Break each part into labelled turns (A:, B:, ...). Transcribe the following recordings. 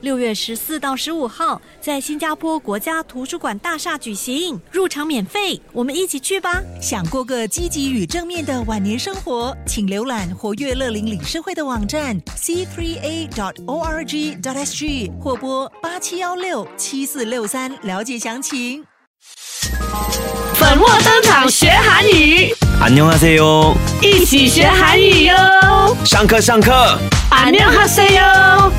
A: 六月十四到十五号在新加坡国家图书馆大厦举行，入场免费，我们一起去吧。
B: 想过个呃积极与正面的晚年生活，请浏览活跃乐龄理事会的网站 c3a.org.sg 或拨八七幺六七四六三了解详情。
C: 粉墨登场学韩语，
D: 안녕하세요，
C: 一起学韩语哟！
D: 上课上课，
C: 안녕하세요！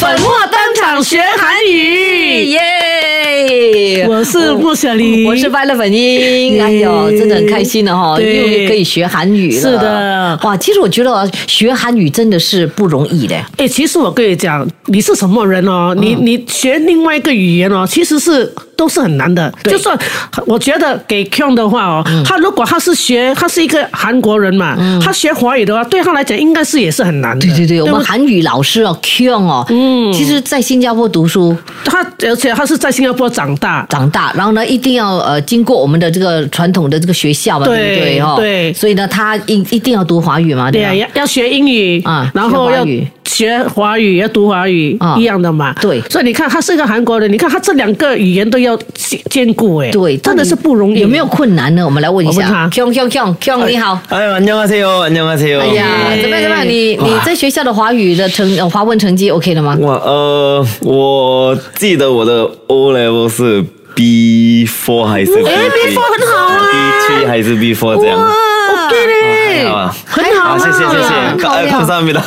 C: 粉墨登场学韩语，
E: 哎耶！
C: 我是
E: 我
C: 穆小黎，
E: 我是 Violet 本英，
C: 对
E: 哎呦，真的很开心的哈、哦，
C: 对
E: 又可以学韩语了。
C: 是的
E: 哇，其实我觉得哦学韩语真的是不容易的。
C: 哎，其实我跟你讲，你是什么人哦？你你学另外一个语言哦，其实是都是很难的。
E: 对
C: 就算我觉得给 Kyung 的话哦，他如果他是学他是一个韩国人嘛，他学华语的话，对他来讲应该是也是很难的。
E: 对对对，我
C: 不
E: 们韩语老师哦，Kyung 哦，
C: 嗯
E: 其实在新加坡读书
C: 他而且他是在新加坡长大，
E: 长大，然后呢，一定要呃经过我们的这个传统的这个学校嘛，对
C: 对
E: 不对哦？
C: 对
E: 所以呢，他一一定要读华语嘛，
C: 对
E: 对吧
C: 呀、？要要学英语
E: 啊
C: 然后
E: 学华
C: 要
E: 语
C: 学华语，要读华语、
E: 啊
C: 一样的嘛。
E: 对
C: 所以你看，他是一个韩国人，你看他这两个语言都要兼兼顾，哎，
E: 对，
C: 真
E: 到
C: 的
E: 底
C: 是不容易。
E: 有没有困难呢？我们来问一
C: 我问
E: 下
C: 他
E: ，Kyung Kyung Kyung Kyung，你好。
D: 哎，안녕하세요안녕하세요。
E: 哎呀，怎么样怎么样？你你在学校的华语的成呃华文成绩 OK 了吗？
D: 我呃，我记得我的 O level 是 B four 还是
C: B4
D: B
C: 很好啊
D: ，B three 还是 B four 这样。
C: OK 嘞、
D: 还好啊
C: 很好
D: 好，
C: 啊，
D: 谢谢谢谢，
E: 好
D: 呃
E: 呀
D: 감사합니다。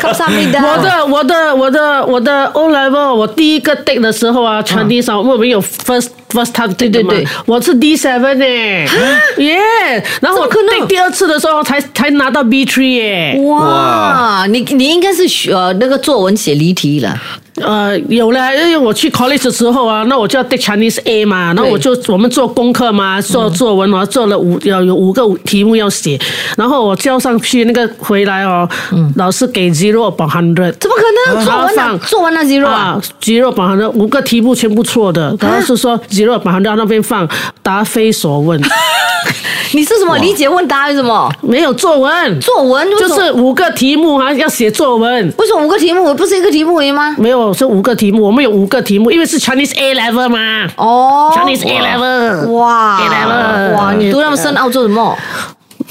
E: 考上没的？
C: 我的我的我的我的 O level，我第一个 take 的时候啊，传递上我们有 first first time 对
E: 对对啊
C: 我是 D seven 呢，耶，然后
E: 怎么
C: 我
E: 可
C: take
E: 能
C: 第二次的时候才才拿到 B three 哎耶，
E: 哇，你你应该是学呃那个作文写离题了，
C: 呃，有了，因为我去 college 的时候啊，那我就要 take Chinese A 嘛，然后
E: 对嗯
C: 我就我们做功课嘛，做作文啊，做了五要有五个题目要写，然后我交上去那个回来哦，
E: 嗯
C: 老师给 zero upon hundred，
E: 怎么可能？作文哪作文哪几 r 啊？
C: 啊，zero upon hundred 五个题目全部错的，然后是说 zero upon hundred 那边放答非 所问，
E: 你是什么理解问答还是什么
C: 没有作文，
E: 作文？为什
C: 就
E: 么
C: 是五个题目啊，要写作文。
E: 为什么五个题目我不是一个题目而已吗？
C: 没有，是五个题目，我们有五个题目，因为是 Chinese A level 嘛、
E: 哦
C: c h i n e s e A level，
E: 哇
C: A level
E: 哇，你读那么深奥做什么？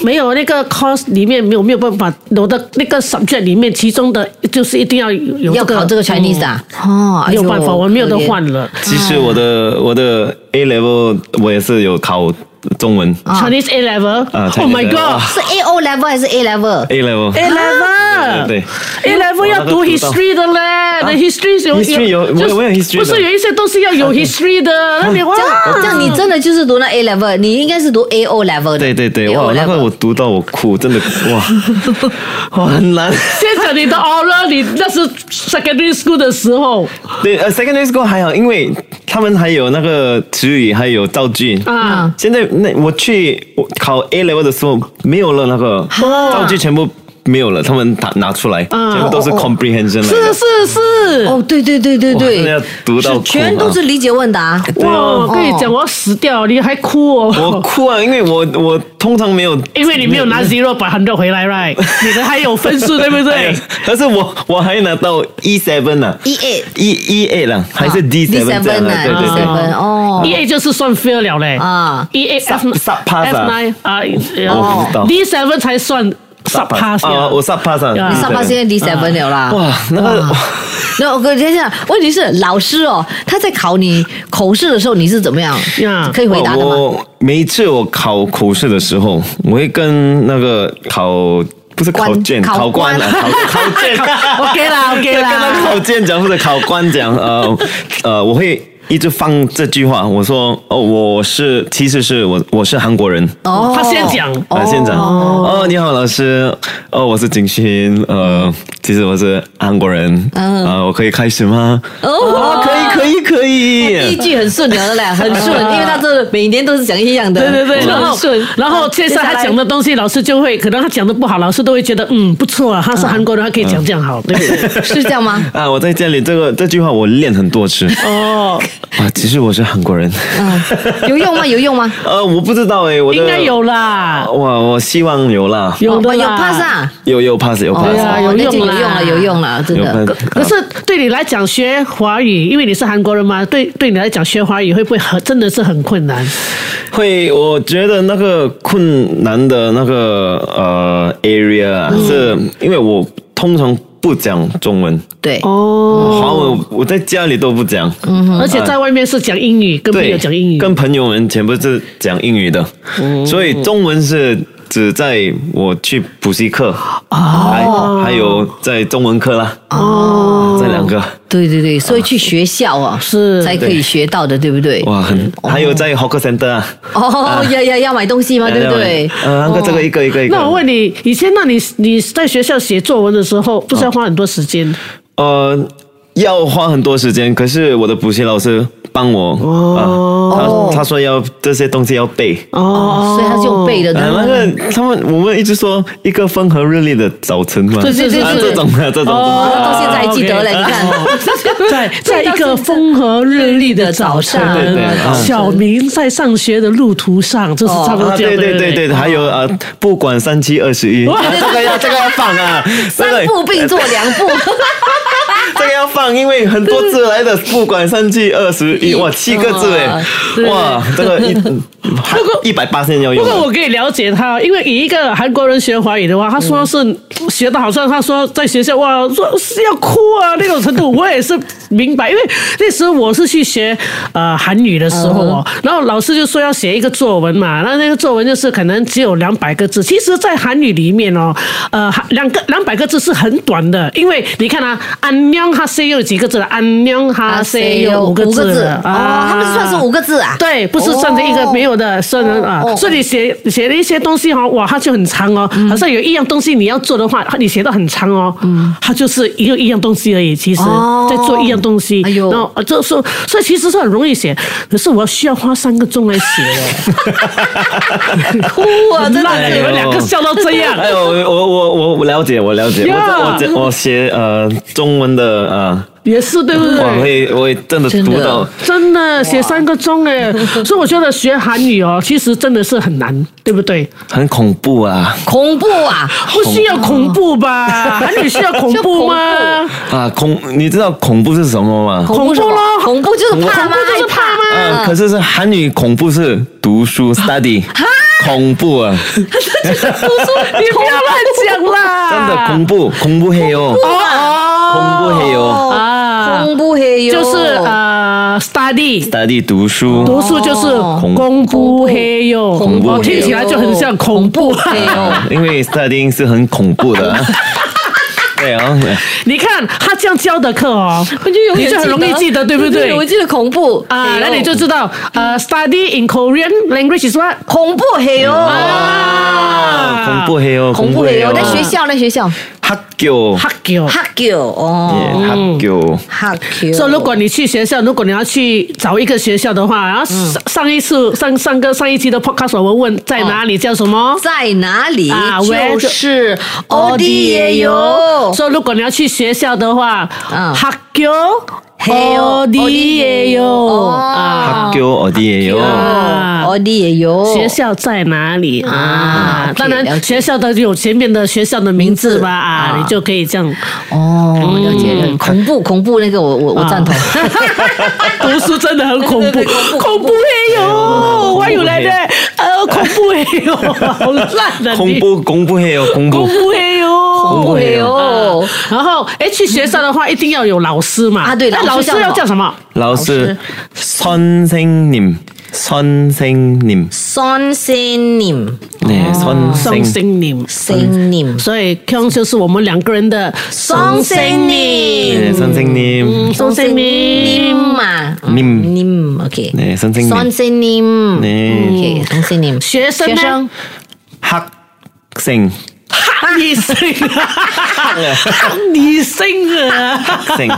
C: 没有那个 course 里面没有没有办法，我的那个 subject 里面，其中的就是一定要有嗯
E: 要考这个 Chinese 啊？哦，哎
C: 没
E: 呦
C: 有办法，我没有得换。了。
D: 其实我的我的 A level 我也是有考中文
E: 啊
C: Chinese A level，Oh、
D: 啊
C: Oh my
D: Chinese A
C: God，A
D: level，
E: 可怜是 A O level 还是 A level？
D: ，A level。
C: level，
D: 对
C: ，A level 要读
D: 我那个读到啊
C: history 的嘞，那 history 有
D: history 有
C: 就是
D: 我有我有 history 的
C: 不
D: 啊
C: 是有一些都是要有 history 的，那你哇
E: 这，样，哦这样你真的就是读那 A level，你应该是读 A O level 的。
D: 对对对，
E: A
D: 哇
E: O！
D: 那个
E: level
D: 我读到我哭，真的哇，哇很难。
C: 先讲你的 oral，你那是 secondary school 的时候
D: 对，呃，secondary school 还好，因为他们还有那个词语，还有造句。
C: 啊，
D: 现在那我去我考 A level 的时候，没有了那个造句，全部没有了，他们拿拿出来，
C: 啊
D: 全部都是 comprehension 来
C: 是
D: 的。
C: 是是。
E: 哦，对对对对
D: 哇真的
E: 对
D: 要，读到
E: 是
D: 哭
E: 全
D: 啊
E: 都是理解问答。
D: 对
C: 哇，
D: 哦
C: 我跟你讲，我要死掉了，你还哭哦！
D: 我哭啊，因为我我通常没有，
C: 因 为你没有拿 zero 把 hundred 回来，right？你 的还有分数，对不对？
D: 哎但是我我还拿到 E seven 呢
E: E A
D: ，E E A 了，还是 D
E: D
D: seven 这样
E: seven
D: 的，
E: 啊
D: 对
E: ，D
D: 对对。
E: seven 哦。
C: E A 就是算 fail 了嘞
E: 啊
C: ，E A F
D: Sub- sub pass 啊
C: F nine 啊
D: 我不知道
C: ，D seven 才算 sub pass
D: 啊，
C: 啊
D: 我 sub pass 啊
C: 你
D: D7
E: 上班现在 D seven 了啦。
D: 啊哇，那个
E: 哇那我跟你讲，问题是老师哦，他在考你口试的时候，你是怎么样
C: 呀
E: 可以回答的吗？
D: 我每一次我考口试的时候，我会跟那个考。不是考
E: 官
D: 卷，
E: 考
D: 考官啊，
E: 官
D: 考 考卷
C: OK 啦，OK 啦
D: 跟那考卷讲或者考官讲，呃呃，我会一直放这句话，我说哦，我是其实是我我是韩国人，
E: 哦
C: 他先讲
D: 啊，县长，哦，你好，老师，哦，我是景勋，呃，其实我是韩国人，
E: 嗯
D: 呃，我可以开始吗？哦，可以，可可以 可
E: 第一
D: 以。
E: 句很顺流的嘞，很顺，
D: 啊
E: 因为他这每年都是讲一样的，
C: 对对对，
E: 就
C: 然
E: 很
C: 后
E: 顺。
C: 然后接下来他讲的东西，老师就会可能他讲的不好，老师都会觉得嗯不错啊，他是韩国人，他可以讲这样好，对不对？
E: 是这样吗？
D: 啊，我在家里这个这句话我练很多次
C: 哦，
D: 啊，其实我是韩国人。
E: 嗯，有用吗？有用吗？
D: 呃，我不知道哎，我的
C: 应该有啦，
D: 我我希望有啦，
C: 有
E: 哦
C: 的
E: 有
C: 啦
E: pass 啊，
D: 有有 pass 有
E: 哦
D: pass，、
C: 啊有
E: 那就
C: 用
E: 有
C: 啦
E: 用了，有用了，真
D: 有
E: 的
D: pass。
C: 可可是对你来讲学华语，因为你是韩国人嘛，对对你来讲学华语会不会很真的是很困难？
D: 会，我觉得那个困难的那个呃 area 啊，是因为我通常不讲中文，
E: 对，
C: 哦，
D: 华文我在家里都不讲，
C: 而且在外面是讲英语，跟朋友
D: 嗯对，
C: 讲英语，嗯
D: 跟朋友们全部是讲英语的，所以中文是只在我去补习课，
C: 哦
D: 还还有在中文课啦，哦，这两个。
E: 对对对，所以去学校啊，
C: 是
E: 才可以
D: 对
E: 学到的，对不对？
D: 哇，很
C: 哦
D: 还有在 hawker center 啊，
E: 哦，要要要买东西
C: 啊
E: 嘛，对不对？
D: 呃，那个这个一个一个一个。
C: 哦那我问你，以前那你你在学校写作文的时
D: 哦
C: 候，不是要花很多时间？
D: 呃，要花很多时间，可是我的补习老师帮我，
E: 哦
D: 啊、他他说要这些东西要背。
C: 哦
E: 所以他是用背的，
D: 啊，那个他们我们一直说一个风和日丽的早晨嘛，
C: 对对对
D: 啊
C: 对
D: 这种的这种
E: 哦
D: 的，
E: 到现在还记
C: 哦
E: 得嘞，你看，
C: 在在一个风和日丽的早晨
E: 对哦
D: 对对，
E: 嗯
C: 小明在上学的路途上，就是差不多
D: 啊
C: 这样。
D: 对对
C: 哦对
D: 对对，还有啊，不管三七二十一，啊这个要这个要放啊，这个
E: 三步并作两 步，
D: 这个要放，因为很多字来的，不管三七二十一，哇，七个字哎，哇，这个一一百八千要
C: 不
D: 用的。
C: 过我可以了解他，因为以一个韩国人学华语的话，他说是学的好像他说在学校哇说是要哭啊那种程度，我也是明白，因为那时候我是去学呃韩语的时候
E: 嗯
C: 哦，然后老师就说要写一个作文嘛，那那个作文就是可能只有两百个字，其实，在韩语里面哦，呃两个两百个字是很短的，因为你看啊，安娘哈塞有几个字了，啊安娘哈塞有五个字啊了
E: 哦，他们算是五个字啊？
C: 对，不是算成一个
E: 哦
C: 没有的，算成啊
E: 哦哦，嗯
C: 所以你写写了一些东西哈，哇，它就很长哦，好像有一样东西你要做的话，你写到很长哦，它就是一个一样东西而已，其实
E: 嗯哦
C: 在做一样东西，
E: 哎呦
C: 然后就说，所以其实是很容易写，可是我需要花三个钟来写 的，
E: 哭啊，真
C: 那
E: 的
C: 你
E: 是
C: 们两个笑到这样。
D: 哎呦，我我我我了解，我了解，
C: Yeah
D: 我这我这我写呃中文的呃，
C: 也是对不
D: 我
C: 对？
D: 会我会真的
E: 真的
D: 读到，
C: 真的写三个钟 哎，所以我觉得学韩语哦，其实真的是很难，对不对？
D: 很恐怖啊
E: 恐怖啊！
C: 不需要恐怖吧？韩语需要恐怖吗？
D: 啊恐，你知道恐怖是什么吗？
E: 恐怖是什么
C: 恐
E: 恐
C: 怖咯
E: 怖就是怕吗？
C: 恐怖就是怕吗
E: 害
D: 嗯，可是是韩语恐怖是读书 study，恐怖啊，
E: 哎
C: 你不要乱讲啦！
D: 真的恐怖恐怖黑哦，恐怖黑哦哦
C: 啊
E: 恐怖黑哟，
C: 就是呃，study。
D: ，study 读书
C: 读书就是
D: 恐
C: 公布黑哟，
D: 恐怖
C: 哦听起来就很像恐怖。
E: 黑哟。
D: 啊，因为 studying 是很恐怖 的啊，对啊，
C: 你看他这样教的课哦，
E: 我就永
C: 你
E: 远
C: 就很容易记得，对不对？
E: 我记得恐怖
C: 啊，那你
E: 嘿哟
C: 就
E: 哦
C: 知道呃，study in Korean language is what
E: 恐怖黑
C: 嗯
E: 哟，
D: 啊恐怖黑哦，
E: 恐怖黑哟。
D: 哦
E: 在学校，在学校，
D: 네,
C: 哦
D: 학교 음.
C: h a k y o
E: 哈狗哦，
D: 耶학교
E: 哈狗。
C: 所以如果你去学校，如果你要去找一个学校的话，然后上上一次上上个上一期的 podcast 我们问在哪里叫什么？
E: 在哪里
C: 啊
E: 就
C: ，where-
E: 是欧弟也有，
C: 所以如果你要去学校的话，
E: 嗯
C: 학교
E: 嘿哦
C: 어디예요
E: 哦
C: 啊
D: 학교 어디예요?
C: 啊
E: 欧弟也有
C: 学校在哪里
E: 啊
C: 啊
E: ，OK，？
C: 当
E: 了
C: 然，
E: 解
C: 学校的有前面的学校的名
E: 名
C: 字吧
E: 字
C: 啊，
E: 啊
C: 你就可以 这样
E: 哦，了解了
C: 嗯啊
E: 解，恐怖恐怖那个我我我赞同，
C: 读书真的很恐怖
E: 对对对哎恐怖，
C: 恐怖黑哟，
D: 怖
C: 我有来的
D: 恐
C: 呃，恐怖黑哟，好烂的
D: 恐怖恐怖黑哦，恐
C: 恐
D: 怖
C: 怖黑哟。
E: 恐怖黑
C: 哦
E: 哦，，
C: 然后哎，去学校的话一定要有老师嘛
E: 啊对
C: 那
E: 老
C: 老
E: 师
C: 师
E: 叫
C: 要
E: 什么
C: 叫什么？
D: 老师선생님 선생님
E: 선생님
D: 네
C: 送
D: 선생
C: 心你们。
E: 생님
C: 所以 Kyung 就是我们两个人的
E: 双生
D: 네
E: 님
D: 선생님
C: 双生
E: 님
C: 命。
E: 嘛
D: 님
E: 님 OK
D: 네 선생님
E: 선생님
D: 네
E: OK 선생님
C: 学生
E: 学
C: 呢
E: 生
D: 학생
C: 女性啊，女性啊，
D: 性，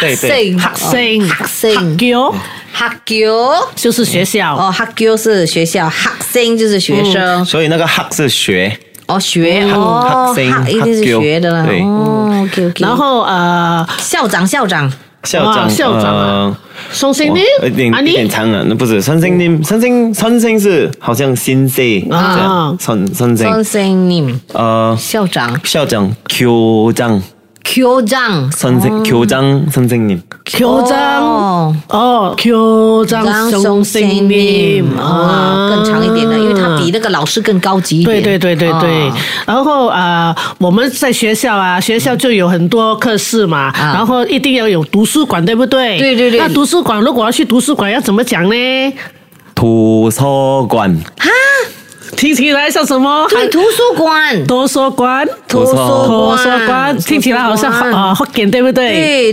D: 对对，
E: 性
C: 学生，
E: 学生
C: 学校
E: 哈교
C: 就是学校，
E: 哦，哈교是学校，哈生就是学生，
D: 所以那个 hug 是学，
E: 哦学哦，
D: 哈生
E: 哈一定是学的啦
D: 哈。교
E: 哦，OK OK。
C: 然后呃，
E: 校长校长
D: 校
C: 哇
D: 长，
C: 校长啊
D: 呃
C: 宋星
D: 哇
C: 呢
D: 有？点
C: 啊
D: 有点
C: 你
D: 长啊，那不是三星呢？三星三星是好像新 C 这
C: 啊
D: 样，三三
E: ，Son
D: 星
E: Sing Nim
D: 呃
E: 校长
D: 校长 Q 长
E: ，Q 长
D: 三星 Q 长三星님
C: 校长
E: 哦
C: 哦，校
E: 张
C: 长
E: 松
C: 宋
E: 心
C: 星
E: 命
C: 呢？
E: 啊，更长一点的，因为他比那个老师更高级一点。
C: 对对对对对，
E: 啊
C: 然后啊、呃我们在学校啊，学校就有很多课室嘛，
E: 啊
C: 然后一定要有图书馆，对不对？
E: 对对对
C: 那图书馆如果要去图书馆，要怎么讲呢？
D: 图书馆
C: 听起来像什么？哎
E: 对，图书馆，
C: 图书馆，
E: 图书
C: 图
E: 馆，
C: 书馆，听起来好像
E: 图书馆
C: 啊，福建对不对？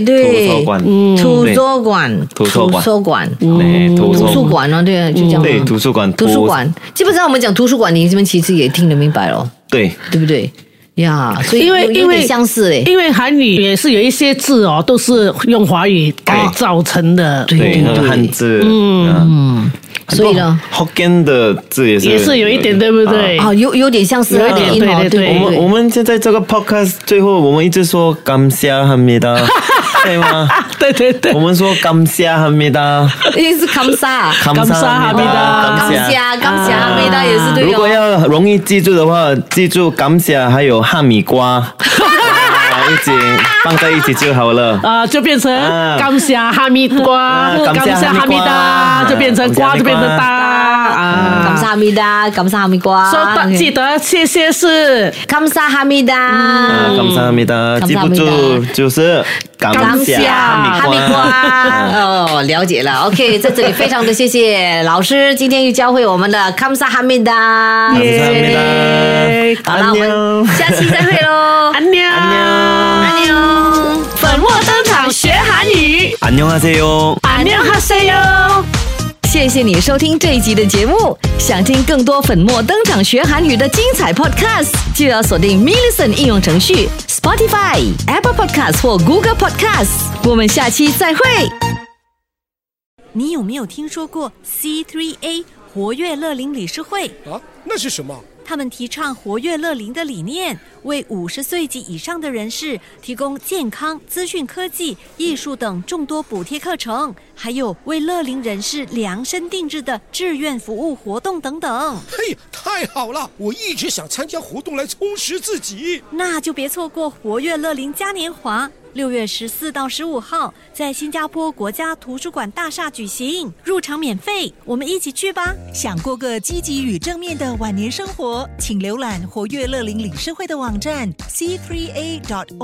E: 对对，
D: 图书馆
E: 嗯图
D: 对
E: 书馆，
D: 图书馆
E: 图书馆，
D: 对图
E: 图书
D: 书
E: 馆哦，对，就这样。
D: 对图书馆
E: 图书馆，基本上我们讲图书馆，你这边其实也听得明白了，
D: 对
E: 对不对？呀，所以
C: 因为
E: 有有
C: 因为
E: 点相似嘞。
C: 因为韩语也是有一些字哦，都是用华语改
E: 哦
C: 造成的。
D: 对那个汉字嗯，
E: 所以呢，
D: 福建的字也是
C: 也是有一点，
D: 네.
C: 对不
D: 아,
C: 对？
E: 啊，有有点相似
C: 有
E: 的
C: 一点
E: 音哦，
C: 对对
E: 对
C: 对
D: 我们
E: 对。
D: 我们现在这个 podcast 最后我们一直说感谢합니다，对 네, 吗？
C: 对对
E: 네.
C: 对
D: 我。们说感谢합니다，
E: 因为是康萨，
D: 감사합니다
C: 감사합니다
E: 康虾，康虾，味道也是对
D: 如果
E: 哦。
D: 要容易记住的话，记住感谢还有哈密瓜，啊一起放在一起就好了。
C: 啊，就变成
D: 啊
C: 甘霞哈密瓜，
D: 啊
C: 甘霞哈密达，
D: 啊
C: 就变成瓜，就
D: 甘霞哈密瓜
C: 变成哒
E: 感谢
C: 啊。
E: 哈密达，感谢哈密瓜。
C: 说到
E: OK
C: 记得，谢谢是
E: 感谢哈密达
C: 嗯
D: 啊，，感谢哈密达，
E: 감사합니다
D: 记不住就是感谢哈
E: 哈密
D: 密瓜。
E: 瓜。 哦，了解了。OK，在这里非常的谢谢老师，今天又教会我们的感谢哈密达。
D: 감사합니다
E: 好了，
D: 안
E: 我
D: 녕
E: 们下期再会喽。
C: 安妞，
E: 安妞，
C: 粉墨登场学韩语，
D: 안녕하세요。
C: 安妞哈塞哟。
E: 谢谢你收听这一集的节目。想听更多粉墨登场学韩语的精彩 Podcast，就要锁定 m i l l i c e n 应用程序、Spotify、Apple Podcast 或 Google Podcast。我们下期再会。
A: 你有没有听说过 C3A 活跃乐龄理事会？
F: 啊，那是什么？
A: 他们提倡活跃乐龄的理念，为五十岁及以上的人士提供健康、资讯科技、艺术等众多补贴课程，还有为乐龄人士量身定制的志愿服务活动等等。
F: 嘿，太好了！我一直想参加活动来充实自己。
A: 那就别错过活跃乐龄嘉年华，六月十四到十五号在新加坡国家图书馆大厦举行，入场免费，我们一起去吧。
B: 想过个积极与正面的晚年生活，请浏览活跃乐龄理事会的网站 c3a.org.sg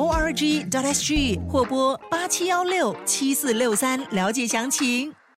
B: 或拨八七幺六七四六三了解详情。